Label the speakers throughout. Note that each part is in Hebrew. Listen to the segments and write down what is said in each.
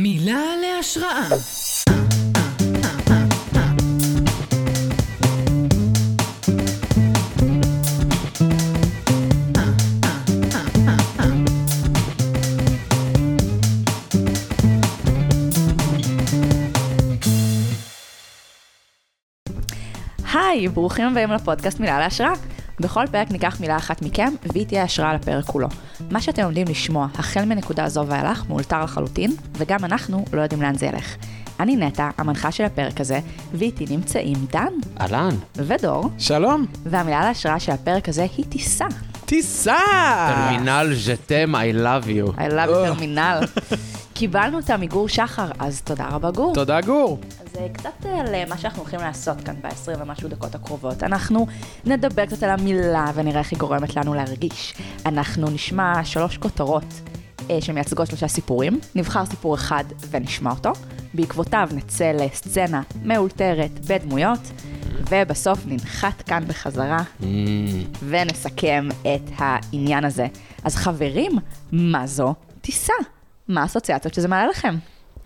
Speaker 1: מילה להשראה.
Speaker 2: היי, ברוכים הבאים לפודקאסט מילה להשראה. בכל פרק ניקח מילה אחת מכם, והיא תהיה השראה לפרק כולו. מה שאתם עומדים לשמוע, החל מנקודה זו ואילך, מאולתר לחלוטין, וגם אנחנו לא יודעים לאן זה ילך. אני נטע, המנחה של הפרק הזה, ואיתי נמצאים דן
Speaker 3: אהלן.
Speaker 2: ודור,
Speaker 4: שלום,
Speaker 2: והמילה להשראה של הפרק הזה היא טיסה.
Speaker 4: טיסה!
Speaker 3: טרמינל ז'תם, I love you.
Speaker 2: I love you, טרמינל. קיבלנו אותה מגור שחר, אז תודה רבה גור.
Speaker 4: תודה גור.
Speaker 2: אז אה, קצת אה, על אה, מה שאנחנו הולכים לעשות כאן ב-20 ומשהו דקות הקרובות. אנחנו נדבר קצת על המילה ונראה איך היא גורמת לנו להרגיש. אנחנו נשמע שלוש כותרות אה, שמייצגות שלושה סיפורים. נבחר סיפור אחד ונשמע אותו. בעקבותיו נצא לסצנה מאולתרת בדמויות. ובסוף ננחת כאן בחזרה ונסכם את העניין הזה. אז חברים, מה זו טיסה? מה האסוציאציות שזה מעלה לכם?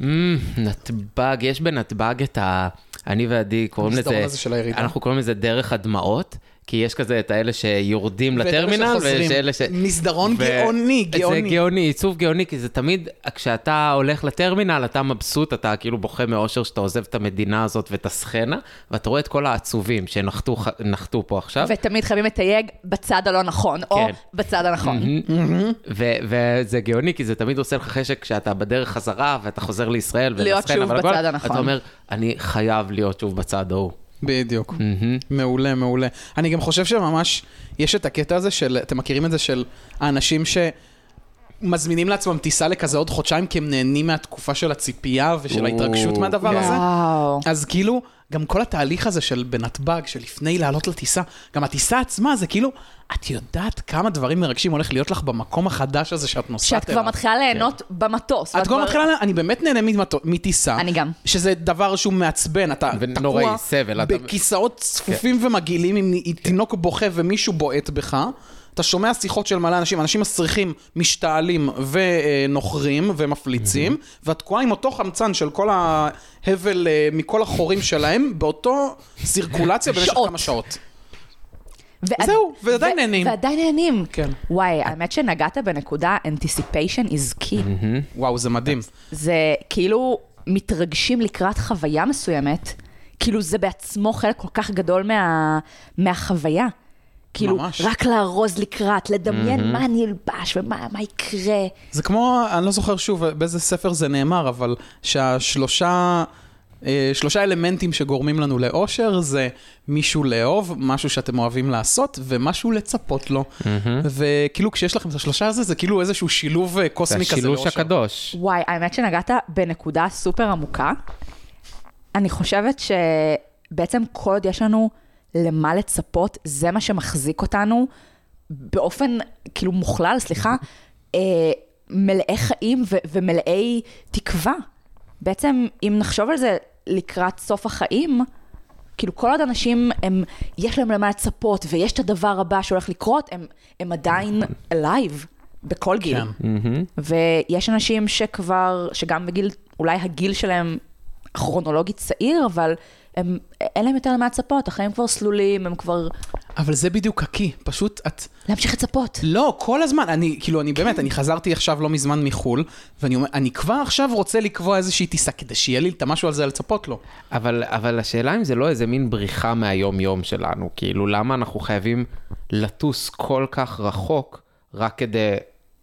Speaker 3: אמ, נתב"ג, יש בנתב"ג את ה... אני ועדי קוראים לזה...
Speaker 4: המסדרון הזה של הירידה.
Speaker 3: אנחנו קוראים לזה דרך הדמעות, כי יש כזה את האלה שיורדים לטרמינל, ויש אלה ש...
Speaker 4: מסדרון
Speaker 3: ו-
Speaker 4: נכון, גאוני,
Speaker 3: זה
Speaker 4: גאוני.
Speaker 3: גאוני, עיצוב גאוני, כי זה תמיד, כשאתה הולך לטרמינל, אתה מבסוט, אתה כאילו בוכה מאושר שאתה עוזב את המדינה הזאת ואת הסצנה, ואתה רואה את כל העצובים שנחתו ח- נחתו פה עכשיו.
Speaker 2: ותמיד חייבים לתייג בצד הלא נכון, או
Speaker 3: כן.
Speaker 2: בצד הנכון.
Speaker 4: Mm-hmm.
Speaker 3: מהמם. ו- וזה גאוני, כי זה תמיד עושה לך חשק כשאתה בדרך חזרה ואתה חוזר לישראל.
Speaker 2: להיות
Speaker 3: ולסצנה,
Speaker 2: שוב
Speaker 3: אבל הכל,
Speaker 2: בצד הנכון.
Speaker 3: אתה אומר, אני חייב להיות שוב בצד ההוא.
Speaker 4: בדיוק.
Speaker 3: Mm-hmm.
Speaker 4: מעולה, מעולה. אני גם חושב שממש, יש את הקטע הזה של, אתם מכירים את זה של האנשים שמזמינים לעצמם טיסה לכזה עוד חודשיים, כי הם נהנים מהתקופה של הציפייה ושל
Speaker 3: או,
Speaker 4: ההתרגשות מהדבר
Speaker 3: כן.
Speaker 4: הזה?
Speaker 2: וואו.
Speaker 4: אז כאילו, גם כל התהליך הזה של בנתב"ג, שלפני לעלות לטיסה, גם הטיסה עצמה זה כאילו, את יודעת כמה דברים מרגשים הולך להיות לך במקום החדש הזה שאת נוסעת אליו.
Speaker 2: שאת כבר מתחילה
Speaker 3: כן.
Speaker 2: ליהנות במטוס.
Speaker 4: את כבר מתחילה, אני באמת נהנה ממטו- מטיסה.
Speaker 2: אני גם.
Speaker 4: שזה דבר שהוא מעצבן, אתה
Speaker 3: ונוראי,
Speaker 4: תקוע
Speaker 3: סבל, אתה- כן.
Speaker 4: בכיסאות צפופים ומגעילים עם עם תינוק בוכה ומישהו בועט בך. אתה שומע שיחות של מלא אנשים, אנשים מסריחים, משתעלים ונוכרים ומפליצים, ואת תקועה עם אותו חמצן של כל ההבל אה, מכל החורים שלהם, באותו סירקולציה במשך
Speaker 2: שעות.
Speaker 4: כמה שעות.
Speaker 2: ועד-
Speaker 4: זהו, ועדיין
Speaker 2: ו-
Speaker 4: נהנים.
Speaker 2: ועדיין נהנים.
Speaker 4: כן.
Speaker 2: וואי, האמת שנגעת בנקודה anticipation is key.
Speaker 4: וואו, זה מדהים.
Speaker 2: זה כאילו מתרגשים לקראת חוויה מסוימת, כאילו זה בעצמו חלק כל כך גדול מה, מהחוויה. כאילו,
Speaker 4: ממש.
Speaker 2: רק לארוז לקראת, לדמיין מה אני אלבש ומה מה יקרה.
Speaker 4: זה כמו, אני לא זוכר שוב באיזה ספר זה נאמר, אבל שהשלושה... אה, שלושה אלמנטים שגורמים לנו לאושר זה מישהו לאהוב, משהו שאתם אוהבים לעשות ומשהו לצפות לו. וכאילו כשיש לכם את השלושה הזה, זה כאילו איזשהו שילוב אה,
Speaker 3: זה
Speaker 4: קוסמי כזה
Speaker 3: השילוש
Speaker 2: לא
Speaker 4: לאושר.
Speaker 3: הקדוש.
Speaker 2: וואי, האמת שנגעת בנקודה סופר עמוקה. אני חושבת שבעצם כל עוד יש לנו למה לצפות, זה מה שמחזיק אותנו באופן, כאילו מוכלל, סליחה, אה, מלאי חיים ו- ומלאי תקווה. בעצם, אם נחשוב על זה לקראת סוף החיים, כאילו כל עוד אנשים, הם, יש להם למה לצפות ויש את הדבר הבא שהולך לקרות, הם, הם עדיין אלייב בכל גיל.
Speaker 4: כן.
Speaker 2: ויש אנשים שכבר, שגם בגיל, אולי הגיל שלהם כרונולוגית צעיר, אבל הם, אין להם יותר למה לצפות, החיים כבר סלולים, הם כבר...
Speaker 4: אבל זה בדיוק הקי, פשוט את...
Speaker 2: להמשיך לצפות.
Speaker 4: לא, כל הזמן, אני, כאילו, אני באמת, אני חזרתי עכשיו לא מזמן מחו"ל, ואני אומר, אני כבר עכשיו רוצה לקבוע איזושהי טיסה כדי שיהיה לי את המשהו על זה לצפות לו.
Speaker 3: אבל, אבל השאלה אם זה לא איזה מין בריחה מהיום-יום שלנו, כאילו למה אנחנו חייבים לטוס כל כך רחוק רק כדי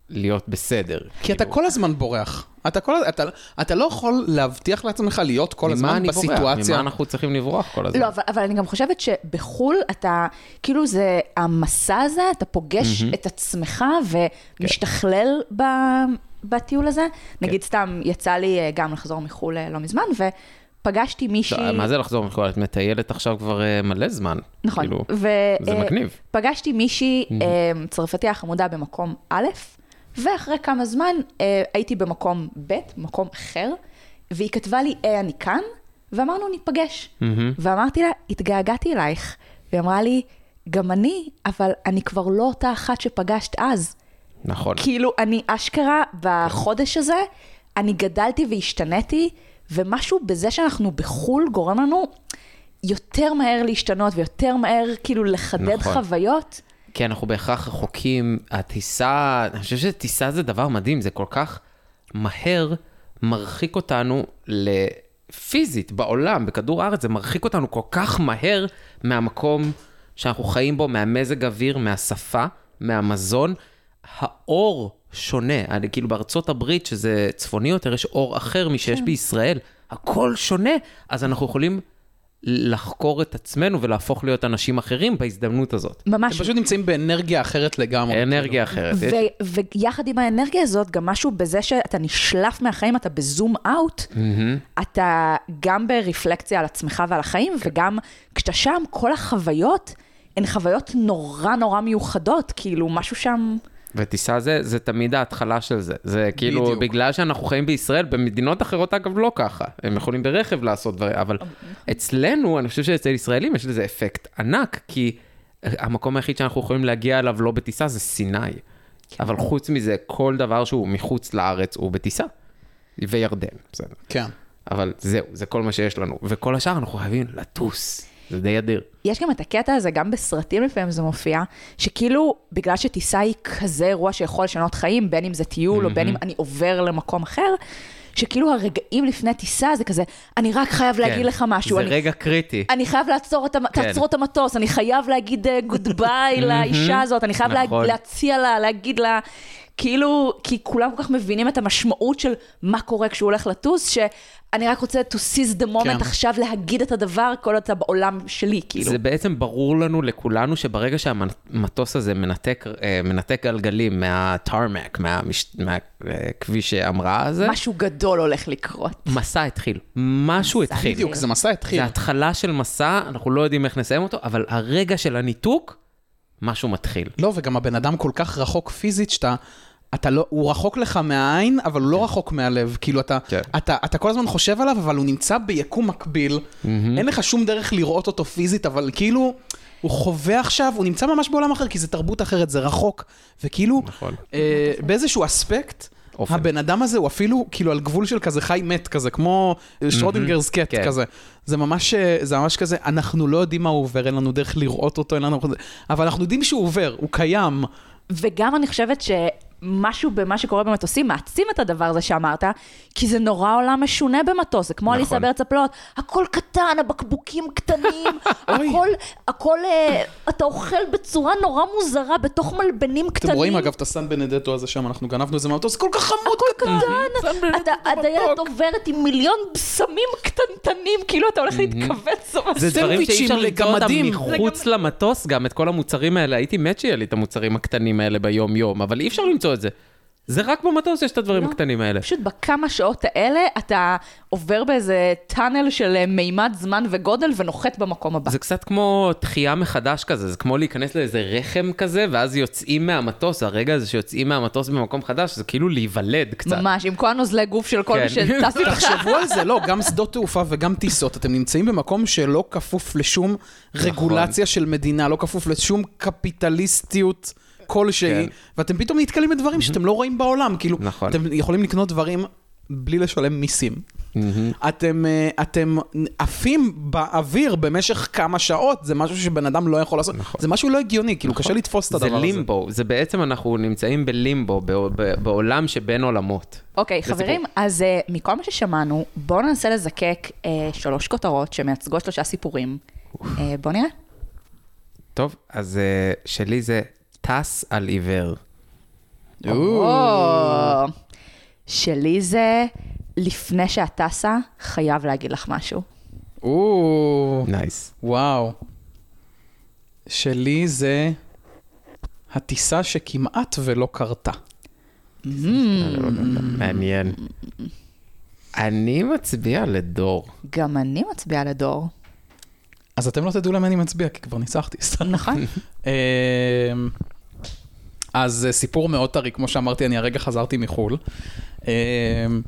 Speaker 3: להיות בסדר.
Speaker 4: כי אתה כל הזמן בורח. אתה, כל, אתה, אתה לא יכול להבטיח לעצמך להיות כל
Speaker 3: ממה
Speaker 4: הזמן
Speaker 3: אני בורח?
Speaker 4: בסיטואציה.
Speaker 3: ממה אנחנו צריכים לברוח כל הזמן?
Speaker 2: לא, אבל, אבל אני גם חושבת שבחו"ל אתה, כאילו זה, המסע הזה, אתה פוגש mm-hmm. את עצמך ומשתכלל ב, בטיול הזה. נגיד סתם, יצא לי אה, גם לחזור מחו"ל אה, לא מזמן, ופגשתי מישהי...
Speaker 3: לא, מה זה לחזור מכל? את מטיילת עכשיו כבר אה, מלא זמן.
Speaker 2: נכון.
Speaker 3: כאילו,
Speaker 2: ו...
Speaker 3: זה
Speaker 2: אה,
Speaker 3: מגניב.
Speaker 2: פגשתי מישהי אה, צרפתייה חמודה במקום א', ואחרי כמה זמן אה, הייתי במקום ב', מקום אחר, והיא כתבה לי, אה, אני כאן, ואמרנו, ניפגש. ואמרתי לה, התגעגעתי אלייך. והיא אמרה לי, גם אני, אבל אני כבר לא אותה אחת שפגשת אז.
Speaker 3: נכון.
Speaker 2: כאילו, אני אשכרה בחודש הזה אני גדלתי והשתניתי, ומשהו בזה שאנחנו בחו"ל גורם לנו יותר מהר להשתנות ויותר מהר כאילו לחדד
Speaker 3: נכון.
Speaker 2: נכון. חוויות.
Speaker 3: כי אנחנו בהכרח רחוקים, הטיסה, אני חושב שטיסה זה דבר מדהים, זה כל כך מהר מרחיק אותנו ל... פיזית, בעולם, בכדור הארץ, זה מרחיק אותנו כל כך מהר מהמקום שאנחנו חיים בו, מהמזג אוויר, מהשפה, מהמזון. האור שונה, אני, כאילו בארצות הברית, שזה צפוני יותר, יש אור אחר משיש בישראל, הכל שונה, אז אנחנו יכולים לחקור את עצמנו ולהפוך להיות אנשים אחרים בהזדמנות הזאת.
Speaker 4: הם
Speaker 2: ממש.
Speaker 4: פשוט נמצאים באנרגיה אחרת לגמרי.
Speaker 3: אנרגיה אחרת. יש-
Speaker 2: ו- ויחד עם האנרגיה הזאת, גם משהו בזה שאתה נשלף מהחיים, אתה בזום אאוט, אתה גם ברפלקציה על עצמך ועל החיים, וגם כשאתה שם, כל החוויות הן חוויות נורא נורא מיוחדות, כאילו משהו שם...
Speaker 3: וטיסה זה, זה תמיד ההתחלה של זה. זה כאילו,
Speaker 4: בדיוק.
Speaker 3: בדיוק. בגלל שאנחנו חיים בישראל, במדינות אחרות אגב לא ככה. הם יכולים ברכב לעשות דברים, אבל
Speaker 2: נכון.
Speaker 3: אצלנו, אני חושב שאצל ישראלים יש לזה אפקט ענק, כי אה, המקום היחיד שאנחנו יכולים להגיע אליו לא בטיסה זה סיני.
Speaker 2: כן.
Speaker 3: אבל חוץ מזה, כל דבר שהוא מחוץ לארץ הוא בטיסה. וירדן, בסדר.
Speaker 4: כן.
Speaker 3: אבל זהו, זה כל מה שיש לנו. וכל השאר אנחנו חייבים לטוס. זה די אדיר.
Speaker 2: יש גם את הקטע הזה, גם בסרטים לפעמים זה מופיע, שכאילו, בגלל שטיסה היא כזה אירוע שיכול לשנות חיים, בין אם זה טיול, או בין אם אני עובר למקום אחר, שכאילו הרגעים לפני טיסה זה כזה, אני רק חייב להגיד לך משהו,
Speaker 3: כן. זה
Speaker 2: אני
Speaker 3: רגע קריטי.
Speaker 2: אני חייב לעצור את, המ...
Speaker 3: כן.
Speaker 2: תעצרו את המטוס, אני חייב להגיד גוד ביי לאישה הזאת, אני חייב
Speaker 3: נכון.
Speaker 2: נכון. להציע לה, להגיד לה, כאילו, כי כולם כל כך מבינים את המשמעות של מה קורה כשהוא הולך לטוס, שאני רק רוצה to seize the moment
Speaker 4: כן.
Speaker 2: כן. עכשיו להגיד את הדבר כל עוד אתה בעולם שלי, כאילו.
Speaker 3: זה בעצם ברור לנו, לכולנו, שברגע שהמטוס הזה מנתק, אה, מנתק גלגלים מהטרמק, מהמש- מהכביש ההמראה
Speaker 4: כן.
Speaker 3: הזה,
Speaker 2: משהו גדול הולך לקרות.
Speaker 3: מסע התחיל. משהו התחיל.
Speaker 4: בדיוק, זה מסע התחיל.
Speaker 3: אה, זה התחלה של מסע, אנחנו לא יודעים איך נסיים אותו, אבל הרגע של הניתוק, משהו מתחיל.
Speaker 4: לא, וגם הבן אדם כל כך רחוק פיזית שאתה... אתה לא, הוא רחוק לך מהעין, אבל הוא לא רחוק מהלב. כאילו, אתה,
Speaker 3: כן.
Speaker 4: אתה, אתה כל הזמן חושב עליו, אבל הוא נמצא ביקום מקביל. אין לך שום דרך לראות אותו פיזית, אבל כאילו, הוא חווה עכשיו, הוא נמצא ממש בעולם אחר, כי זה תרבות אחרת, זה רחוק. וכאילו,
Speaker 3: נכון.
Speaker 4: אה, באיזשהו אספקט,
Speaker 3: אופן.
Speaker 4: הבן אדם הזה הוא אפילו, כאילו, על גבול של כזה חי מת כזה, כמו שרודינגרס קט
Speaker 3: כן.
Speaker 4: כזה. זה ממש, אה, זה ממש כזה, אנחנו לא יודעים מה הוא עובר, אין לנו דרך לראות אותו, אין לנו... אבל אנחנו יודעים שהוא עובר, הוא קיים.
Speaker 2: וגם אני חושבת שמשהו במה שקורה במטוסים מעצים את הדבר הזה שאמרת, כי זה נורא עולם משונה במטוס, זה כמו עליסה
Speaker 3: נכון.
Speaker 2: בארץ הפלאות, הכל קטן, הבקבוקים קטנים,
Speaker 4: אוי.
Speaker 2: הכל, הכל, אה, אתה אוכל בצורה נורא מוזרה, בתוך מלבנים קטנים.
Speaker 4: אתם רואים אגב את הסן בנדטו הזה שם, אנחנו גנבנו את זה מהמטוס, זה כל כך חמוד קטן.
Speaker 2: קטן, אתה- הדיילת עוברת עם מיליון בשמים קטנטנים, כאילו אתה הולך להתכווץ או משהו.
Speaker 3: זה דברים שאי אפשר
Speaker 4: סנדוויצ'ים
Speaker 3: למצוא אותם
Speaker 4: לגמדים.
Speaker 3: מחוץ למטוס, גם את כל המוצרים האלה. הייתי מת שיהיה לי את המוצרים הקטנים האלה ביום-יום, אבל אי אפשר למצוא את זה. זה רק במטוס יש את הדברים
Speaker 4: לא.
Speaker 3: הקטנים האלה.
Speaker 2: פשוט בכמה שעות האלה אתה עובר באיזה טאנל של אה, מימד זמן וגודל ונוחת במקום הבא.
Speaker 3: זה קצת כמו תחייה מחדש כזה, זה כמו להיכנס לאיזה רחם כזה, ואז יוצאים מהמטוס, הרגע הזה שיוצאים מהמטוס במקום חדש, זה כאילו להיוולד קצת.
Speaker 2: ממש, עם כל הנוזלי גוף של כל
Speaker 3: כן.
Speaker 2: מי שטס איתך.
Speaker 4: תחשבו על זה, לא, גם שדות תעופה וגם טיסות, אתם נמצאים במקום שלא כפוף לשום
Speaker 3: נכון.
Speaker 4: רגולציה של מדינה, לא כפוף לשום קפיטליסטיות כלשהי,
Speaker 3: כן.
Speaker 4: ואתם פתאום נתקלים בדברים שאתם לא רואים בעולם, כאילו,
Speaker 3: נכון.
Speaker 4: אתם יכולים לקנות דברים בלי לשלם מיסים. אתם, אה, אתם עפים באוויר במשך כמה שעות, זה משהו שבן אדם לא יכול לעשות, זה משהו לא הגיוני, כאילו, קשה לתפוס את
Speaker 3: נכון. זה
Speaker 4: הדבר הזה.
Speaker 3: לימבו, זה בעצם אנחנו נמצאים בלימבו, ב- ב- בעולם שבין עולמות.
Speaker 2: אוקיי,
Speaker 3: זה
Speaker 2: חברים, אז אה, מכל מה ששמענו, בואו ננסה לזקק אה, שלוש כותרות שמייצגות שלושה סיפורים. אה, בואו נראה.
Speaker 3: טוב, אז אה, שלי זה טס על עיוור.
Speaker 2: או. שלי זה, לפני שאת טסה, חייב להגיד לך משהו.
Speaker 4: או,
Speaker 3: נייס.
Speaker 4: וואו. שלי זה הטיסה שכמעט ולא קרתה.
Speaker 3: מעניין. אני מצביע לדור.
Speaker 2: גם אני מצביעה לדור.
Speaker 4: אז אתם לא תדעו למה אני מצביע, כי כבר ניצחתי. סתם.
Speaker 2: נכון?
Speaker 4: אמ, אז אה, סיפור מאוד טרי, כמו שאמרתי, אני הרגע חזרתי מחו"ל. אמ,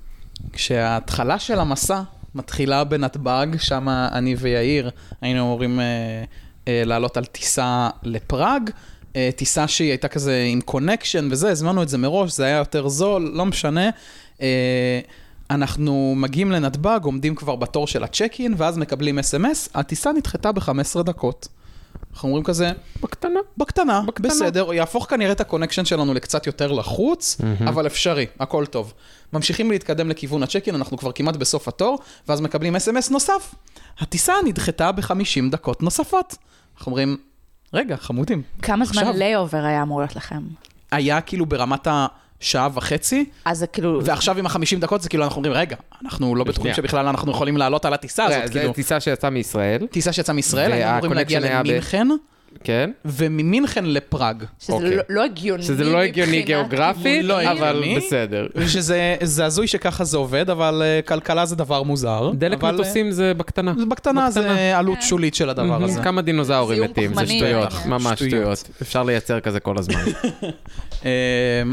Speaker 4: כשההתחלה של המסע מתחילה בנתב"ג, שם אני ויאיר היינו אמורים אה, אה, לעלות על טיסה לפראג. אה, טיסה שהיא הייתה כזה עם קונקשן וזה, הזמנו את זה מראש, זה היה יותר זול, לא משנה. אה, אנחנו מגיעים לנתב"ג, עומדים כבר בתור של הצ'ק אין, ואז מקבלים אס.אם.אס, הטיסה נדחתה ב-15 דקות. אנחנו אומרים כזה,
Speaker 3: בקטנה.
Speaker 4: בקטנה, בקטנה, בסדר, יהפוך כנראה את הקונקשן שלנו לקצת יותר לחוץ, mm-hmm. אבל אפשרי, הכל טוב. ממשיכים להתקדם לכיוון הצ'קין, אנחנו כבר כמעט בסוף התור, ואז מקבלים אס.אם.אס נוסף. הטיסה נדחתה ב-50 דקות נוספות. אנחנו אומרים, רגע, חמודים.
Speaker 2: כמה זמן
Speaker 4: עכשיו."
Speaker 2: לייאובר היה אמור להיות לכם?
Speaker 4: היה כאילו ברמת השעה וחצי,
Speaker 2: אז זה כאילו...
Speaker 4: ועכשיו עם ה-50 דקות זה כאילו אנחנו אומרים, רגע, אנחנו לא בטוחים
Speaker 3: שנייה.
Speaker 4: שבכלל אנחנו יכולים לעלות על הטיסה הזאת,
Speaker 3: זו
Speaker 4: כאילו.
Speaker 3: אה, טיסה שיצאה מישראל,
Speaker 4: טיסה שיצאה מישראל, היינו אמורים להגיע
Speaker 3: וה-connection היה ב-
Speaker 4: למינכן,
Speaker 3: כן?
Speaker 4: וממינכן לפראג.
Speaker 2: שזה
Speaker 3: אוקיי.
Speaker 2: לא, לא הגיוני
Speaker 3: שזה לא הגיוני
Speaker 2: מבחינת
Speaker 3: גיאוגרפית,
Speaker 4: לא הגיוני.
Speaker 3: אבל בסדר.
Speaker 4: שזה זה הזוי שככה זה עובד, אבל אה, כלכלה זה דבר מוזר.
Speaker 3: דלק
Speaker 4: אבל, אה,
Speaker 3: מטוסים זה בקטנה.
Speaker 4: זה בקטנה זה אה, עלות שולית של הדבר הזה.
Speaker 3: כמה דינוזאורים
Speaker 2: זיהום
Speaker 3: מתים, זה
Speaker 2: פחמני,
Speaker 3: שטויות,
Speaker 2: אה,
Speaker 3: ממש
Speaker 4: שטויות.
Speaker 3: שטויות. אפשר לייצר כזה כל הזמן.
Speaker 4: אמ,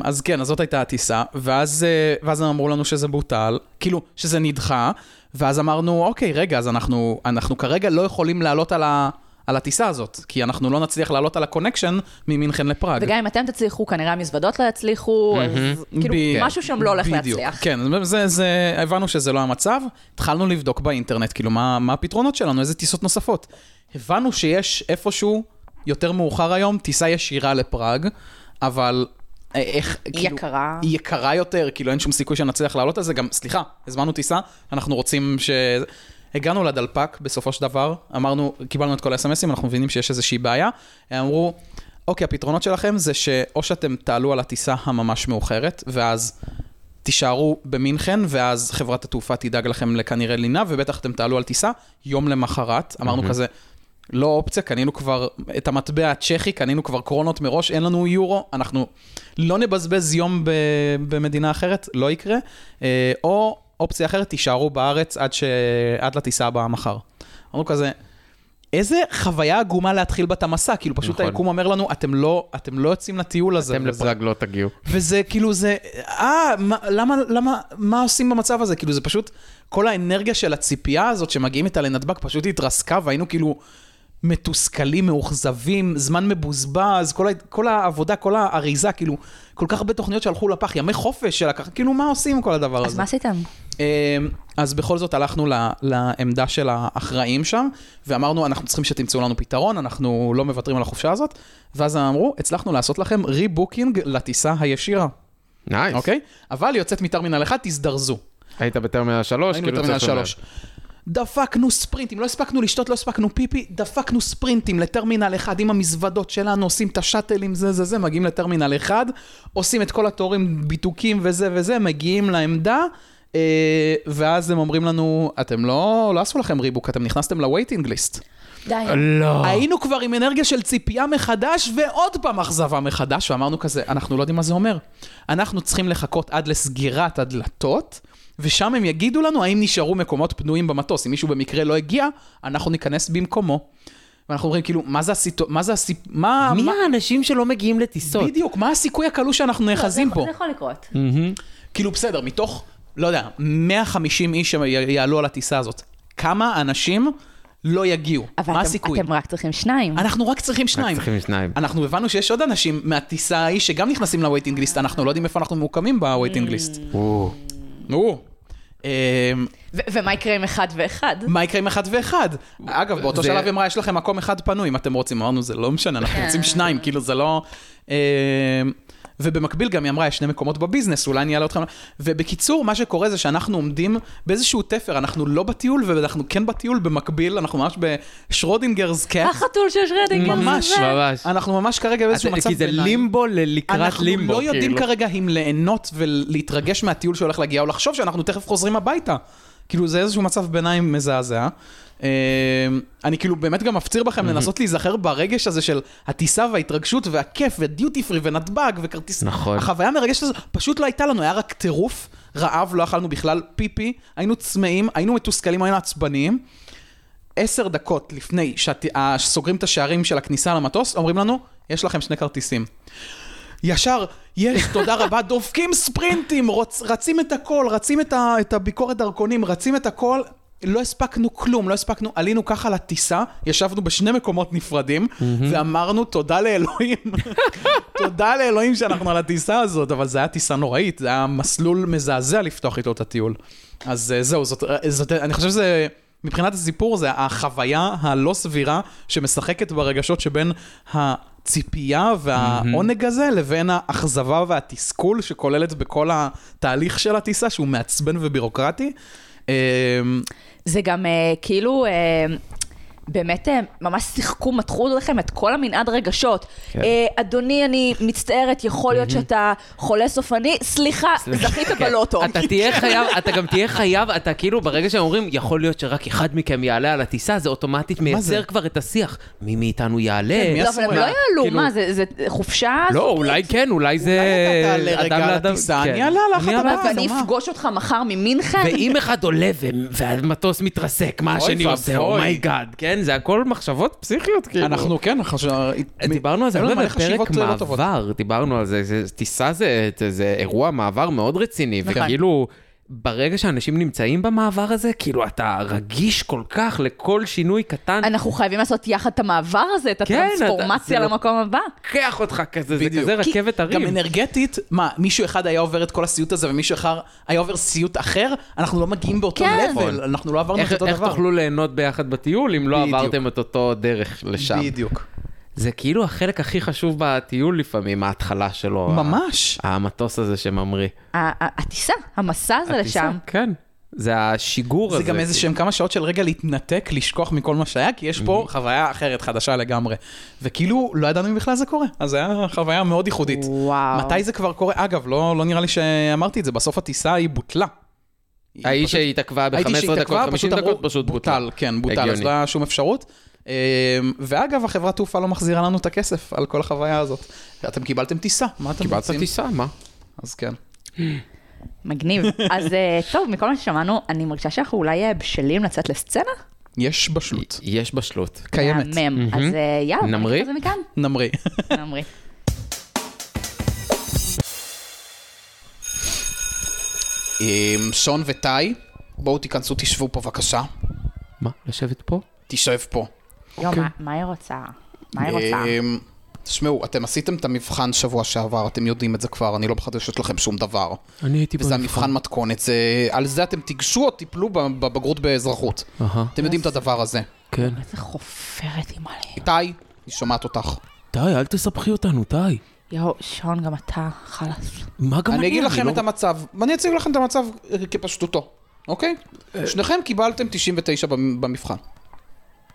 Speaker 4: אז כן, אז זאת הייתה הטיסה, ואז, אה, ואז הם אמרו לנו שזה בוטל, כאילו, שזה נדחה, ואז אמרנו, אוקיי, רגע, אז אנחנו, אנחנו כרגע לא יכולים לעלות על, ה, על הטיסה הזאת, כי אנחנו לא נצליח לעלות על הקונקשן ממינכן לפראג.
Speaker 2: וגם אם אתם תצליחו, כנראה המזוודות לא יצליחו, אז כאילו
Speaker 4: ב-
Speaker 2: משהו שם לא הולך
Speaker 4: כן. בדיוק.
Speaker 2: להצליח.
Speaker 4: כן, זה- זה, זה, הבנו שזה לא המצב, התחלנו לבדוק באינטרנט, כאילו, מה, מה הפתרונות שלנו, איזה טיסות נוספות. הבנו שיש איפשהו, יותר מאוחר היום, טיסה ישירה לפראג, אבל אה, איך,
Speaker 2: היא
Speaker 4: כאילו...
Speaker 2: יקרה.
Speaker 4: היא יקרה יותר, כאילו אין שום סיכוי שנצליח לעלות על זה, גם, סליחה, הזמנו טיסה, אנחנו רוצים ש... הגענו לדלפק בסופו של דבר, אמרנו, קיבלנו את כל הסמסים, אנחנו מבינים שיש איזושהי בעיה, הם אמרו, אוקיי, הפתרונות שלכם זה שאו שאתם תעלו על הטיסה הממש מאוחרת, ואז תישארו במינכן, ואז חברת התעופה תדאג לכם לכנראה לינה, ובטח אתם תעלו על טיסה יום למחרת. אמרנו כזה, לא אופציה, קנינו כבר את המטבע הצ'כי, קנינו כבר קרונות מראש, אין לנו יורו, אנחנו לא נבזבז יום ב- במדינה אחרת, לא יקרה. אה, או אופציה אחרת, תישארו בארץ עד, ש... עד לטיסה הבאה מחר. אמרנו כזה, איזה חוויה עגומה להתחיל בה את המסע, כאילו פשוט
Speaker 3: נכון.
Speaker 4: היקום אומר לנו, אתם לא, אתם לא יוצאים לטיול הזה.
Speaker 3: אתם
Speaker 4: וזה-
Speaker 3: לפראג לא תגיעו.
Speaker 4: וזה כאילו זה, אה, מה- למה, למה, מה עושים במצב הזה? כאילו זה פשוט, כל האנרגיה של הציפייה הזאת שמגיעים איתה לנתב"ג פשוט התרסקה והיינו כאילו מתוסכלים, מאוכזבים, זמן מבוזבז, כל, ה- כל העבודה, כל האריזה, כאילו, כל כך הרבה תוכניות שהלכו לפח, ימי חופש שלקח, כאילו מה עושים עם כל הדבר הזה?
Speaker 2: אז מה עשיתם?
Speaker 4: אמ, אז בכל זאת הלכנו ל- לעמדה של האחראים שם, ואמרנו, אנחנו צריכים שתמצאו לנו פתרון, אנחנו לא מוותרים על החופשה הזאת, ואז הם אמרו, הצלחנו לעשות לכם ריבוקינג לטיסה הישירה,
Speaker 3: נייס.
Speaker 4: אוקיי? אבל יוצאת מטרמינל 1, תזדרזו.
Speaker 3: היית בטרמינל 3,
Speaker 4: היינו בטרמינל 3. דפקנו ספרינטים, לא הספקנו לשתות, לא הספקנו פיפי, דפקנו ספרינטים לטרמינל 1 עם המזוודות שלנו, עושים את השאטלים, זה זה זה, מגיעים לטרמינל 1, עושים את כל התורים, בידוקים וזה וזה, מגיעים לעמדה, אה, ואז הם אומרים לנו, אתם לא, לא עשו לכם ריבוק, אתם נכנסתם ל-waiting list.
Speaker 2: די.
Speaker 3: לא.
Speaker 2: אה.
Speaker 4: היינו כבר עם אנרגיה של ציפייה מחדש, ועוד פעם אכזבה מחדש, ואמרנו כזה, אנחנו לא יודעים מה זה אומר. אנחנו צריכים לחכות עד לסגירת הדלתות, ושם הם יגידו לנו האם נשארו מקומות פנויים במטוס. אם מישהו במקרה לא הגיע, אנחנו ניכנס במקומו. ואנחנו אומרים, כאילו, מה זה הסיטו... מה זה הסיפ... מה...
Speaker 3: מי
Speaker 4: מה...
Speaker 3: האנשים שלא מגיעים לטיסות?
Speaker 4: בדיוק, מה הסיכוי הקלוש שאנחנו נאחזים בו?
Speaker 2: לא, זה יכול לקרות.
Speaker 4: כאילו, בסדר, מתוך, לא יודע, 150 איש שיעלו על הטיסה הזאת, כמה אנשים לא יגיעו?
Speaker 2: אבל
Speaker 4: מה
Speaker 2: אתם-
Speaker 4: הסיכוי?
Speaker 2: אתם רק צריכים שניים.
Speaker 4: אנחנו רק צריכים שניים.
Speaker 3: צריכים שניים.
Speaker 4: אנחנו הבנו שיש עוד אנשים מהטיסה ההיא שגם נכנסים ל-waiting list, אנחנו לא יודעים איפה אנחנו ממוקמים
Speaker 3: Mm.
Speaker 4: ב-waiting list.
Speaker 3: או,
Speaker 4: נו. אמ,
Speaker 2: ו- ומה יקרה עם אחד ואחד?
Speaker 4: מה יקרה עם אחד ואחד? אגב, באותו
Speaker 3: זה-
Speaker 4: שלב היא אמרה, יש לכם מקום אחד פנוי, אם אתם רוצים. אמרנו, זה לא משנה, אנחנו
Speaker 3: כן.
Speaker 4: רוצים שניים, כאילו, זה לא... אמ, ובמקביל גם היא אמרה, יש שני מקומות בביזנס, אולי אני אעלה אתכם... ובקיצור, מה שקורה זה שאנחנו עומדים באיזשהו תפר, אנחנו לא בטיול, ואנחנו כן בטיול במקביל, אנחנו ממש בשרודינגר's cat.
Speaker 2: החתול של שרדינגר
Speaker 4: ממש,
Speaker 2: זה.
Speaker 3: ממש.
Speaker 4: אנחנו ממש כרגע באיזשהו
Speaker 3: אתה-
Speaker 4: אה, מצב
Speaker 3: כי זה
Speaker 4: ביניים.
Speaker 3: לימבו ל- לקראת
Speaker 4: אנחנו
Speaker 3: לימבו.
Speaker 4: לא יודעים
Speaker 3: כאילו.
Speaker 4: כרגע אם ליהנות ולהתרגש מהטיול שהולך להגיע, או לחשוב שאנחנו תכף חוזרים הביתה. כאילו, זה איזשהו מצב ביניים מזעזע. אה, אני כאילו באמת גם מפציר בכם לנסות להיזכר ברגש הזה של הטיסה וההתרגשות והכיף ודיוטי פרי ונתב"ג וכרטיס...
Speaker 3: נכון.
Speaker 4: החוויה המרגשת הזו פשוט לא הייתה לנו, היה רק טירוף, רעב, לא אכלנו בכלל פיפי, היינו צמאים, היינו מתוסכלים, היינו עצבניים. עשר דקות לפני שסוגרים את השערים של הכניסה למטוס, אומרים לנו, יש לכם שני כרטיסים. ישר, יש, תודה רבה, דופקים ספרינטים, רוצ, רצים את הכל, רצים את, ה, את הביקורת דרכונים, רצים את הכל, לא הספקנו כלום, לא הספקנו, עלינו ככה לטיסה, ישבנו בשני מקומות נפרדים, ואמרנו תודה לאלוהים, תודה לאלוהים שאנחנו על הטיסה הזאת, אבל זו הייתה טיסה נוראית, זה היה מסלול מזעזע לפתוח איתו את הטיול. אז אה, זהו, זאת, אה, זאת, אני חושב שזה, מבחינת הסיפור, זה החוויה הלא סבירה שמשחקת ברגשות שבין הציפייה והעונג הזה לבין האכזבה והתסכול שכוללת בכל התהליך של הטיסה, שהוא מעצבן ובירוקרטי. אמ,
Speaker 2: זה גם אה, כאילו, אה, באמת, אה, ממש שיחקו, מתחו לכם את כל המנעד רגשות.
Speaker 3: כן.
Speaker 2: אה, אדוני, אני מצטערת, יכול להיות שאתה חולה סופני, סליחה, זכית
Speaker 3: כן.
Speaker 2: בלוטו.
Speaker 3: אתה תהיה חייב, אתה גם תהיה חייב, אתה כאילו, ברגע שהם אומרים, יכול להיות שרק אחד מכם יעלה על הטיסה, זה אוטומטית מייצר
Speaker 4: זה?
Speaker 3: כבר את השיח. מי מאיתנו
Speaker 4: כן,
Speaker 3: יעלה?
Speaker 4: מי
Speaker 2: לא, אבל הם
Speaker 4: עשו
Speaker 2: לא
Speaker 4: מה?
Speaker 2: יעלו,
Speaker 3: כאילו-
Speaker 2: מה, זה זה חופשה?
Speaker 3: לא, אולי כן, אולי זה...
Speaker 4: אולי אתה תעלה רגע
Speaker 3: אדם
Speaker 4: על
Speaker 3: לאדם-
Speaker 4: הטיסה,
Speaker 3: כן.
Speaker 4: אה, אני אעלה על אחת
Speaker 3: אני אעלה
Speaker 4: הבאה.
Speaker 3: על-
Speaker 2: ואני
Speaker 4: מה?
Speaker 2: אפגוש אותך מחר ממינכן?
Speaker 3: ואם אחד עולה ו- והמטוס מתרסק, מה
Speaker 4: אוי
Speaker 3: השני
Speaker 4: ואבוי.
Speaker 3: עושה? אומייגאד, כן, זה הכל מחשבות פסיכיות, כאילו.
Speaker 4: Oh אנחנו כן, אנחנו חשבנו...
Speaker 3: אה, דיברנו על זה
Speaker 4: היו לנו
Speaker 3: הרבה
Speaker 4: מלא חשיבות
Speaker 3: בפרק
Speaker 4: לא טובות.
Speaker 3: מעבר, דיברנו על זה, זה- טיסה זה, זה אירוע מעבר מאוד רציני,
Speaker 2: נכון.
Speaker 3: וכאילו, ברגע שאנשים נמצאים במעבר הזה, כאילו אתה רגיש כל כך לכל שינוי קטן,
Speaker 2: אנחנו חייבים לעשות יחד את המעבר הזה, את
Speaker 3: כן, אתה-
Speaker 2: הטרנספורמציה
Speaker 3: זה לא-
Speaker 2: למקום הבא.
Speaker 3: לוקח אותך כזה, זה
Speaker 4: בדיוק.
Speaker 3: כזה
Speaker 4: כי
Speaker 3: רכבת
Speaker 4: גם
Speaker 3: הרים.
Speaker 4: אנרגטית, מה, מישהו אחד היה עובר את כל הסיוט הזה ומישהו אחר היה עובר סיוט אחר? אנחנו לא מגיעים באותו
Speaker 2: כן.
Speaker 4: level, אנחנו לא עברנו את
Speaker 3: נכון. איך
Speaker 4: אותו
Speaker 3: איך
Speaker 4: דבר.
Speaker 3: תוכלו ליהנות ביחד בטיול אם לא
Speaker 4: בדיוק.
Speaker 3: עברתם את אותו דרך לשם?
Speaker 4: בדיוק.
Speaker 3: זה כאילו החלק הכי חשוב בטיול לפעמים, ההתחלה שלו.
Speaker 4: ממש.
Speaker 3: המטוס הזה שממריא.
Speaker 2: ה- ה- הטיסה, המסע הזה
Speaker 3: הטיסה,
Speaker 2: לשם.
Speaker 3: כן. זה השיגור
Speaker 4: זה
Speaker 3: הזה.
Speaker 4: גם איזה שהם כמה שעות של רגע להתנתק, לשכוח מכל מה שהיה, כי יש פה חוויה אחרת, חדשה לגמרי. וכאילו, לא ידענו אם בכלל זה קורה, אז זו הייתה חוויה מאוד ייחודית.
Speaker 2: וואו.
Speaker 4: מתי זה כבר קורה? אגב, לא לא נראה לי שאמרתי את זה, בסוף הטיסה היא בוטלה. היא
Speaker 3: האיש
Speaker 4: פשוט-
Speaker 3: שהתעכבה
Speaker 4: הייתי
Speaker 3: ב-15 דקות,
Speaker 4: שהתעכבה,
Speaker 3: 50
Speaker 4: פשוט אמרו,
Speaker 3: דקות, פשוט
Speaker 4: בוטל.
Speaker 3: בוטל.
Speaker 4: כן, בוטל, אז
Speaker 3: הגיוני.
Speaker 4: לא היה שום אפשרות. אמ, ואגב, החברת תעופה לא מחזירה לנו את הכסף על כל החוויה הזאת. אתם קיבלתם טיסה, מה אתם
Speaker 3: קיבלת
Speaker 4: רוצים?
Speaker 3: טיסה, מה?
Speaker 4: אז כן.
Speaker 2: מגניב. אז אה, טוב, מכל מה ששמענו, אני מרגישה שאנחנו אולי אה, בשלים לצאת לסצנה?
Speaker 4: יש בשלות.
Speaker 3: יש בשלות.
Speaker 4: קיימת.
Speaker 2: מהמם. אז אה, יאללה, בוא
Speaker 3: נמריא?
Speaker 2: נקרא את זה מכאן.
Speaker 4: נמריא.
Speaker 2: נמריא.
Speaker 4: אמ, שון וטאי, בואו תיכנסו, תשבו פה בבקשה.
Speaker 3: מה? לשבת פה?
Speaker 4: תשב פה.
Speaker 2: יואו, מה- מה היא רוצה? מה היא רוצה?
Speaker 4: אמ, תשמעו, אתם עשיתם את המבחן שבוע שעבר, אתם יודעים את זה כבר, אני לא מחדשת לכם שום דבר.
Speaker 3: אני הייתי
Speaker 4: וזה המבחן מתכונת, זה- על זה אתם תיגשו או תיפלו ב- בבגרות באזרחות.
Speaker 3: אהה,
Speaker 4: אתם יודעים את הדבר הזה.
Speaker 3: כן.
Speaker 2: איזה חופרת היא מלא.
Speaker 4: טי, אני שומעת אותך.
Speaker 3: די, אל תספחי אותנו, די.
Speaker 2: יואו, שון, גם אתה, חלאס.
Speaker 3: מה גם אני?
Speaker 4: אני אגיד לכם
Speaker 3: לא-
Speaker 4: את המצב, אני אציג לכם את המצב אה, כפשטותו, אוקיי? שניכם קיבלתם 99 במ- במבחן.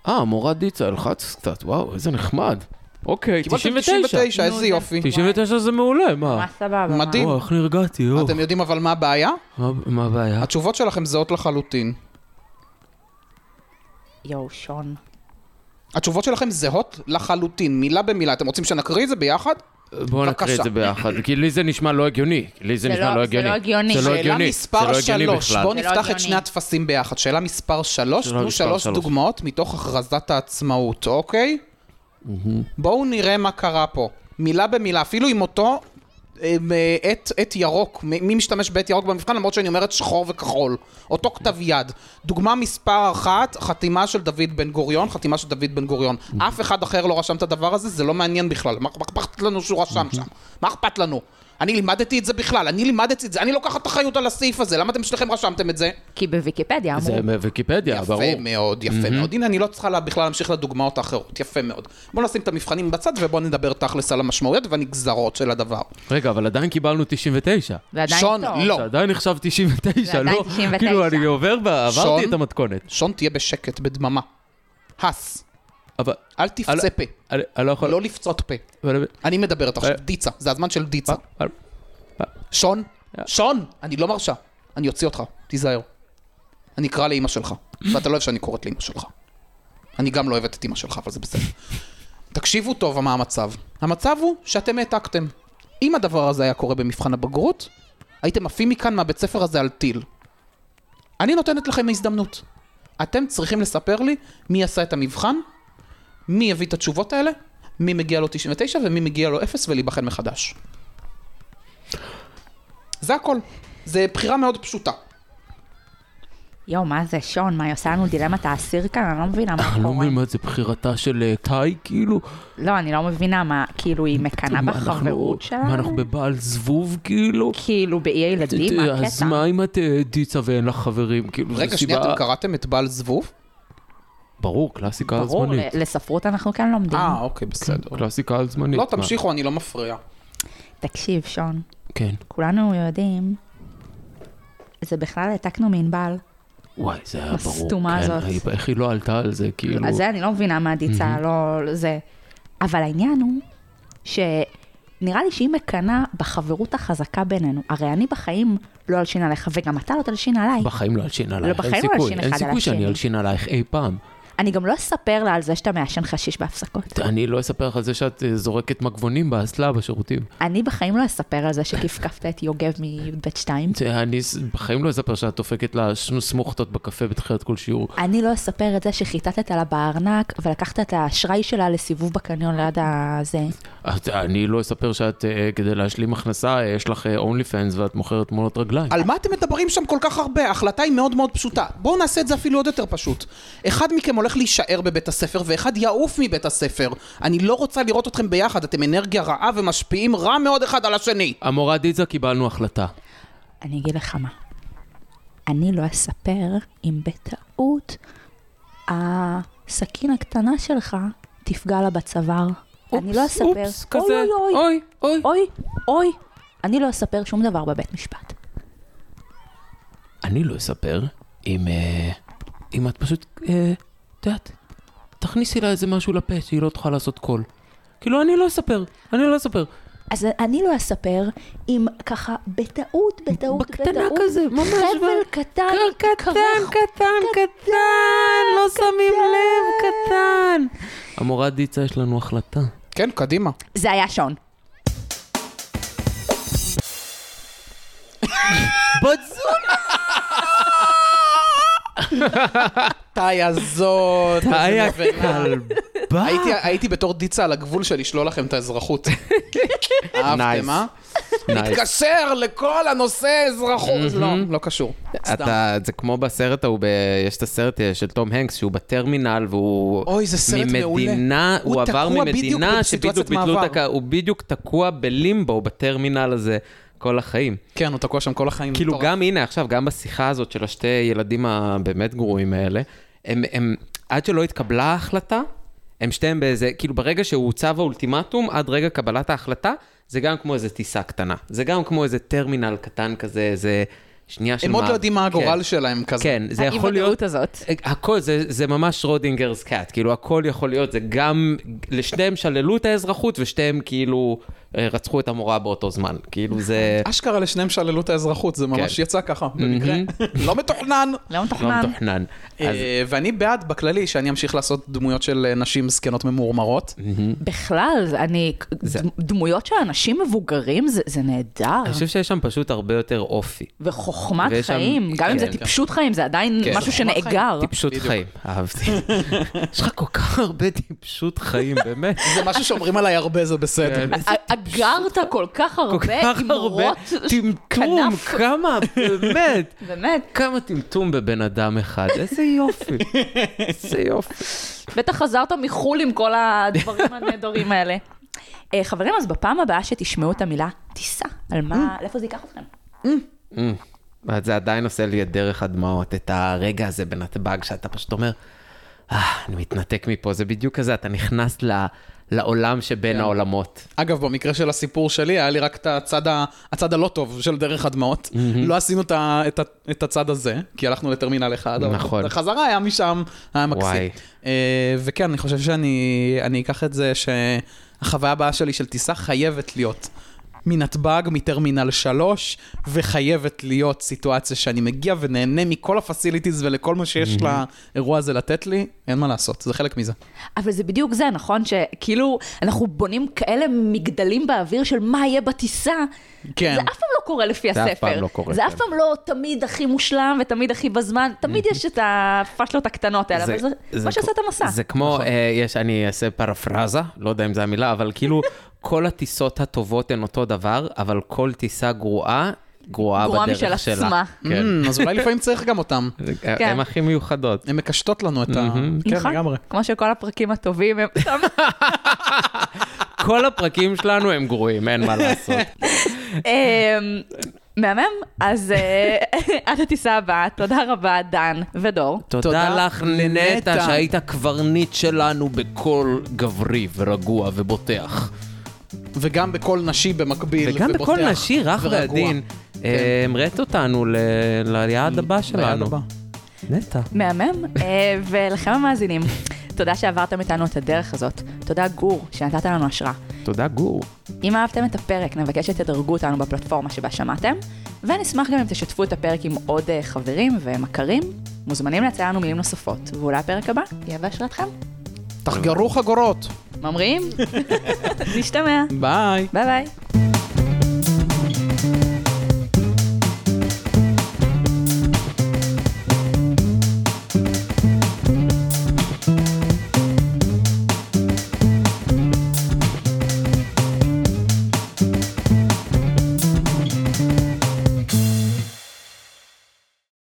Speaker 3: אה, מורה דיצה, אלחץ קצת, וואו, איזה נחמד. אוקיי,
Speaker 4: קיבלתם
Speaker 3: 99.
Speaker 4: 99,
Speaker 2: נו,
Speaker 4: איזה
Speaker 2: זה-
Speaker 4: יופי.
Speaker 3: 99 זה מעולה, מה?
Speaker 2: מה סבבה? מה?
Speaker 4: מדהים.
Speaker 3: וואו, אה? איך נרגעתי, או.
Speaker 4: אתם יודעים אבל מה הבעיה?
Speaker 3: מה- מה הבעיה?
Speaker 4: התשובות שלכם זהות לחלוטין.
Speaker 2: יואו, שון.
Speaker 4: התשובות שלכם זהות לחלוטין, מילה במילה. אתם רוצים שנקריא את זה ביחד?
Speaker 3: בואו נקריא את
Speaker 4: בבקשה.
Speaker 3: זה ביחד, כי לי זה נשמע לא הגיוני. כי לי זה
Speaker 2: זה
Speaker 3: נשמע
Speaker 2: לא-
Speaker 3: לא
Speaker 2: זה
Speaker 3: הגיוני.
Speaker 2: לא הגיוני.
Speaker 3: זה לא
Speaker 4: שאלה
Speaker 3: הגיוני. זה לא
Speaker 4: מספר
Speaker 3: הגיוני
Speaker 4: שלוש,
Speaker 3: בכלל.
Speaker 4: בואו
Speaker 2: זה לא
Speaker 4: נפתח את
Speaker 2: הגיוני.
Speaker 4: שני הטפסים ביחד. שאלה מספר שלוש,
Speaker 3: שאלה
Speaker 4: תנו
Speaker 3: מספר
Speaker 4: שלוש
Speaker 3: שלוש.
Speaker 4: דוגמאות מתוך הכרזת העצמאות, אוקיי? בואו נראה מה קרה פה. מילה במילה, אפילו עם אותו אה, אה, עט עט ירוק, מ- מי משתמש בעט ירוק במבחן, למרות שאני אומרת שחור וכחול. אותו כתב יד. דוגמה מספר אחת, חתימה של דוד בן גוריון, חתימה של דוד בן גוריון. אף אחד אחר לא רשם את הדבר הזה, זה לא מעניין בכלל. מה מה אכפת לנו שהוא רשם שם? מה אכפת לנו? אני לימדתי את זה בכלל, אני לימדתי את זה, אני לוקחת אחריות על הסעיף הזה, למה אתם שניכם רשמתם את זה?
Speaker 2: כי בוויקיפדיה אמרו,
Speaker 3: זה מוויקיפדיה, ברור.
Speaker 4: יפה מאוד, יפה מאוד. הנה, אני לא צריכה לה- בכלל להמשיך לדוגמאות האחרות, יפה מאוד. בואו נשים את המבחנים בצד ובואו נדבר תכלס על המשמעויות והנגזרות של הדבר.
Speaker 3: רגע, אבל עדיין קיבלנו 99.
Speaker 2: ועדיין
Speaker 4: שון,
Speaker 2: טוב.
Speaker 4: לא.
Speaker 3: זה עדיין נחשב 99,
Speaker 2: זה עדיין
Speaker 3: לא?
Speaker 2: 99.
Speaker 3: כאילו, אני עובר, ב-
Speaker 4: שון?
Speaker 3: עברתי את המתכונת.
Speaker 4: שון, תהיה בשקט, בדממה. הס,
Speaker 3: אבל
Speaker 4: אל תפצה פה,
Speaker 3: אני אני לא יכול...
Speaker 4: לא לפצות פה.
Speaker 3: אבל-
Speaker 4: אני מדברת עכשיו,
Speaker 3: אה.
Speaker 4: דיצה, זה הזמן של דיצה.
Speaker 3: אה,
Speaker 4: שון, שון, אני לא מרשה. אני אוציא אותך, תיזהר. אני אקרא לאימא שלך, ואתה לא אוהב שאני קוראת לאימא שלך. אני גם לא אוהבת את אימא שלך, אבל זה בסדר. תקשיבו טוב מה המצב. המצב הוא שאתם העתקתם. אם הדבר הזה היה קורה במבחן הבגרות, הייתם עפים מכאן מהבית ספר הזה על טיל. אני נותנת לכם הזדמנות. אתם צריכים לספר לי מי עשה את המבחן, מי הביא את התשובות האלה, מי מגיע לו 99 ומי מגיע לו 0 ולהיבחן מחדש. זה הכל. זה בחירה מאוד פשוטה.
Speaker 2: יואו, מה זה, שון, מה, היא עושה לנו דילמת האסיר כאן? אני לא מבינה מה
Speaker 3: אני לא
Speaker 2: קורה.
Speaker 3: מבין מה זה בחירתה של אה, טאי, כאילו.
Speaker 2: לא, אני לא מבינה מה, כאילו, היא מקנאה
Speaker 3: מה, אנחנו-
Speaker 2: בחברות
Speaker 3: מה,
Speaker 2: שלנו?
Speaker 3: אנחנו בבעל זבוב, כאילו? אה,
Speaker 2: כאילו, באי הילדים, מה הקטע?
Speaker 3: אז מה אם את אה, דיצה ואין לך חברים? כאילו, זו
Speaker 4: רגע, שנייה,
Speaker 3: סיבה-
Speaker 4: אתם קראתם את בעל זבוב?
Speaker 3: ברור, קלאסיקה על
Speaker 2: ברור, אה,
Speaker 3: זמנית.
Speaker 2: ל- לספרות אנחנו כאן לומדים.
Speaker 4: אה, אוקיי, בסדר.
Speaker 3: קלאסיקה על זמנית.
Speaker 4: לא,
Speaker 3: מה?
Speaker 4: תמשיכו, אני לא מפריע.
Speaker 2: תקשיב, שון,
Speaker 3: כן.
Speaker 2: כולנו יודעים, זה בכלל העתקנו מענבל.
Speaker 3: וואי, זה היה ברור.
Speaker 2: הסתומה
Speaker 3: כן,
Speaker 2: הזאת.
Speaker 3: היא- איך היא לא עלתה על זה, כאילו.
Speaker 2: אז זה אני לא מבינה מה הדיצה, לא זה. אבל העניין הוא שנראה לי שהיא מקנאה בחברות החזקה בינינו. הרי אני בחיים לא אלשין עליך, וגם אתה לא תלשין עליי.
Speaker 3: בחיים לא אלשין עלייך, אין
Speaker 2: בחיים לא
Speaker 3: סיכוי.
Speaker 2: אלשין אחד
Speaker 3: אין
Speaker 2: על
Speaker 3: סיכוי שאני
Speaker 2: השני.
Speaker 3: אלשין עלייך אי פעם.
Speaker 2: אני גם לא אספר לה על זה שאתה מעשן חשיש בהפסקות.
Speaker 3: אני לא אספר לך על זה שאת אה, זורקת מגבונים באסלה בשירותים.
Speaker 2: אני בחיים לא אספר על זה שכפכפת את יוגב מי"ב 2.
Speaker 3: זה- אני ס- בחיים לא אספר שאת דופקת לה ש- סמוכתות בקפה בתחילת כל שיעור.
Speaker 2: אני לא אספר את זה שחיטטת לה בארנק ולקחת את האשראי שלה לסיבוב בקניון ליד הזה.
Speaker 3: את- אני לא אספר שאת, אה, כדי להשלים הכנסה, אה, יש לך אונלי פאנס ואת מוכרת תמונות רגליים.
Speaker 4: על מה אתם מדברים שם כל כך הרבה? ההחלטה היא מאוד מאוד פשוטה. בואו נעשה את זה אפילו עוד יותר פשוט. אחד מכם הולך להישאר בבית הספר, ואחד יעוף מבית הספר. אני לא רוצה לראות אתכם ביחד, אתם אנרגיה רעה ומשפיעים רע מאוד אחד על השני.
Speaker 3: המורה דיזה, קיבלנו החלטה.
Speaker 2: אני אגיד לך מה. אני לא אספר אם בטעות הסכין הקטנה שלך תפגע לה בצוואר. אני לא אספר.
Speaker 3: אופס, כזה,
Speaker 2: אוי, אוי,
Speaker 3: אוי, אוי.
Speaker 2: אוי, אוי. אני לא אספר שום דבר בבית משפט.
Speaker 3: אני לא אספר אם, אה, אם את פשוט, אה, את יודעת, תכניסי לה איזה משהו לפה שהיא לא תוכל לעשות קול. כאילו, אני לא אספר, אני לא אספר.
Speaker 2: אז אני לא אספר אם ככה בטעות, בטעות,
Speaker 3: בקטנה
Speaker 2: בטעות,
Speaker 3: כזה, ממש
Speaker 2: חבל
Speaker 3: ב-
Speaker 2: קטן,
Speaker 3: קטן,
Speaker 2: כרך.
Speaker 3: קטן, קטן, לא שמים
Speaker 2: כן.
Speaker 3: לב, קטן. המורה דיצה, יש לנו החלטה.
Speaker 4: כן, קדימה.
Speaker 2: זה היה שון.
Speaker 3: בזול!
Speaker 4: תאי הזאת.
Speaker 3: תאי
Speaker 4: איזה מבנה.
Speaker 3: הכלבה.
Speaker 4: הייתי, הייתי בתור דיצה על הגבול של לשלול לכם את האזרחות.
Speaker 3: Nice.
Speaker 4: אהבתם, אה?
Speaker 3: נייס.
Speaker 4: התקשר לכל הנושא אזרחות. לא, לא קשור. סתם.
Speaker 3: אתה, זה כמו בסרט ההוא, ב... יש את הסרט אה, של תום הנקס, שהוא בטרמינל והוא...
Speaker 4: אוי, זה סרט
Speaker 3: ממדינה,
Speaker 4: מעולה.
Speaker 3: הוא,
Speaker 4: הוא
Speaker 3: עבר
Speaker 4: תקוע בדיוק
Speaker 3: ממדינה
Speaker 4: בסיטואציית
Speaker 3: שבדיוק ביטלו את
Speaker 4: מעבר.
Speaker 3: הקו, הוא בדיוק תקוע בלימבו בטרמינל הזה כל החיים.
Speaker 4: כן, הוא תקוע שם כל החיים.
Speaker 3: כאילו
Speaker 4: מטורף.
Speaker 3: גם הנה עכשיו, גם בשיחה הזאת של השתי ילדים הבאמת גרועים האלה, הם, הם, עד שלא התקבלה ההחלטה, הם שתיהם באיזה, כאילו ברגע שהוצב האולטימטום, עד רגע קבלת ההחלטה, זה גם כמו איזה טיסה קטנה. זה גם כמו איזה טרמינל קטן כזה, איזה שנייה של...
Speaker 4: הם עוד
Speaker 3: מעבר.
Speaker 4: לא יודעים מה הגורל
Speaker 3: כן.
Speaker 4: שלהם כזה.
Speaker 3: כן, זה יכול להיות... אה,
Speaker 2: האי-ודאות הזאת.
Speaker 3: הכל, זה, זה ממש רודינגרס קאט, כאילו הכל יכול להיות, זה גם, לשניהם שללו את האזרחות ושתיהם כאילו אה, רצחו את המורה באותו זמן, כאילו זה
Speaker 4: אשכרה לשניהם שללו את האזרחות, זה ממש
Speaker 3: כן.
Speaker 4: יצא ככה, במקרה. לא מתוכנן.
Speaker 2: לא
Speaker 3: לא
Speaker 2: מתוכנן.
Speaker 3: מתוכנן. אז
Speaker 4: אה, ואני בעד בכללי שאני אמשיך לעשות דמויות של אה, נשים זקנות ממורמרות.
Speaker 2: בכלל, אני, דמ- דמויות של אנשים מבוגרים זה, זה נהדר.
Speaker 3: אני חושב שיש שם פשוט הרבה יותר אופי,
Speaker 2: וחוכמת
Speaker 3: ויש שם-
Speaker 2: חיים, גם אם זה
Speaker 3: כן,
Speaker 2: טיפשות חיים, זה עדיין
Speaker 3: כן.
Speaker 2: משהו
Speaker 4: חוכמת חיים.
Speaker 2: שנאגר.
Speaker 3: טיפשות
Speaker 4: לא, בדיוק.
Speaker 3: חיים, אהבתי. יש לך כל כך הרבה טיפשות חיים, באמת.
Speaker 4: זה משהו שאומרים עליי הרבה, זה בסדר.
Speaker 3: כן.
Speaker 2: אגרת כל כך
Speaker 3: כל
Speaker 2: הרבה
Speaker 3: כך הרבה
Speaker 2: אמרות,
Speaker 3: טמטום,
Speaker 2: כנף.
Speaker 3: כמה, באמת.
Speaker 2: באמת,
Speaker 3: כמה טמטום בבן אדם אחד, איזה יופי, איזה יופי.
Speaker 2: בטח חזרת מחו"ל עם כל הדברים הנהדרים האלה. אה, חברים, אז בפעם הבאה שתשמעו את המילה טיסה, על מה,
Speaker 3: Mm.
Speaker 2: לאיפה זה ייקח אתכם?
Speaker 3: אז זה עדיין עושה לי את דרך הדמעות, את הרגע הזה בנתב"ג, שאתה פשוט אומר, אה, אני מתנתק מפה, זה בדיוק כזה, אתה נכנס ל- לעולם שבין העולמות.
Speaker 4: אגב, במקרה של הסיפור שלי, היה לי רק את הצד, ה... הצד הלא טוב של דרך הדמעות. לא עשינו את, ה... את, ה... את הצד הזה, כי הלכנו לטרמינל אחד. אבל
Speaker 3: נכון.
Speaker 4: בחזרה היה משם, היה
Speaker 3: וואי.
Speaker 4: מקסים. אה, וכן, אני חושב שאני אני אקח את זה שהחוויה הבאה שלי של טיסה חייבת להיות. מנתב"ג, מטרמינל 3, וחייבת להיות סיטואציה שאני מגיע ונהנה מכל הפסיליטיז ולכל מה שיש לאירוע הזה לתת לי, אין מה לעשות, זה חלק מזה.
Speaker 2: אבל זה בדיוק זה, נכון? שכאילו, אנחנו בונים כאלה מגדלים באוויר של מה יהיה בטיסה.
Speaker 4: כן.
Speaker 2: זה אף פעם לא קורה לפי
Speaker 3: זה
Speaker 2: הספר.
Speaker 3: אף פעם לא קורה,
Speaker 2: זה
Speaker 3: כן.
Speaker 2: אף פעם לא תמיד הכי מושלם ותמיד הכי בזמן. תמיד יש את הפאשלות הקטנות האלה, אבל זה מה שעושה את המסע.
Speaker 3: זה כמו, אה, יש, אני אעשה פרפרזה, לא יודע אם זו המילה, אבל כאילו, כל הטיסות הטובות הן אותו דבר, אבל כל טיסה גרועה גרועה
Speaker 2: גרועה
Speaker 3: בדרך
Speaker 2: משל
Speaker 3: שלה.
Speaker 2: עצמה. כן.
Speaker 3: כן.
Speaker 4: Mm, אז אולי לפעמים צריך גם אותם.
Speaker 3: הן הכי מיוחדות.
Speaker 4: הן מקשטות לנו את ה... כן,
Speaker 2: נכון?
Speaker 4: לגמרי.
Speaker 2: כמו שכל הפרקים הטובים הם...
Speaker 3: כל הפרקים שלנו הם גרועים, אין מה לעשות.
Speaker 2: אמ, מהמם, אז אה, עד הטיסה הבאה, תודה רבה, דן ודור.
Speaker 3: תודה
Speaker 4: תודה
Speaker 3: לך, ננטה,
Speaker 4: לנטע.
Speaker 3: שהיית קברניט שלנו בקול גברי ורגוע ובוטח.
Speaker 4: וגם בקול נשי במקביל.
Speaker 3: וגם
Speaker 4: ובוטח
Speaker 3: בקול נשי רך
Speaker 4: ורגוע.
Speaker 3: ועדין. אה, המראת אותנו ל- ליעד הבא
Speaker 4: ליד
Speaker 3: שלנו.
Speaker 4: הבא.
Speaker 3: נטע.
Speaker 2: מהמם, אה, ולכם המאזינים, תודה שעברתם איתנו את הדרך הזאת. תודה, גור, שנתת לנו השראה.
Speaker 3: תודה, גור.
Speaker 2: אם אהבתם את הפרק, נבקש שתדרגו אותנו בפלטפורמה שבה שמעתם, ונשמח גם אם תשתפו את הפרק עם עוד אה, חברים ומכרים. מוזמנים להציע לנו מילים נוספות, ואולי הפרק הבא יהיה בהשראתכם.
Speaker 4: תחגרו חגורות.
Speaker 2: ממריאים? נשתמע.
Speaker 4: ביי.
Speaker 2: ביי ביי.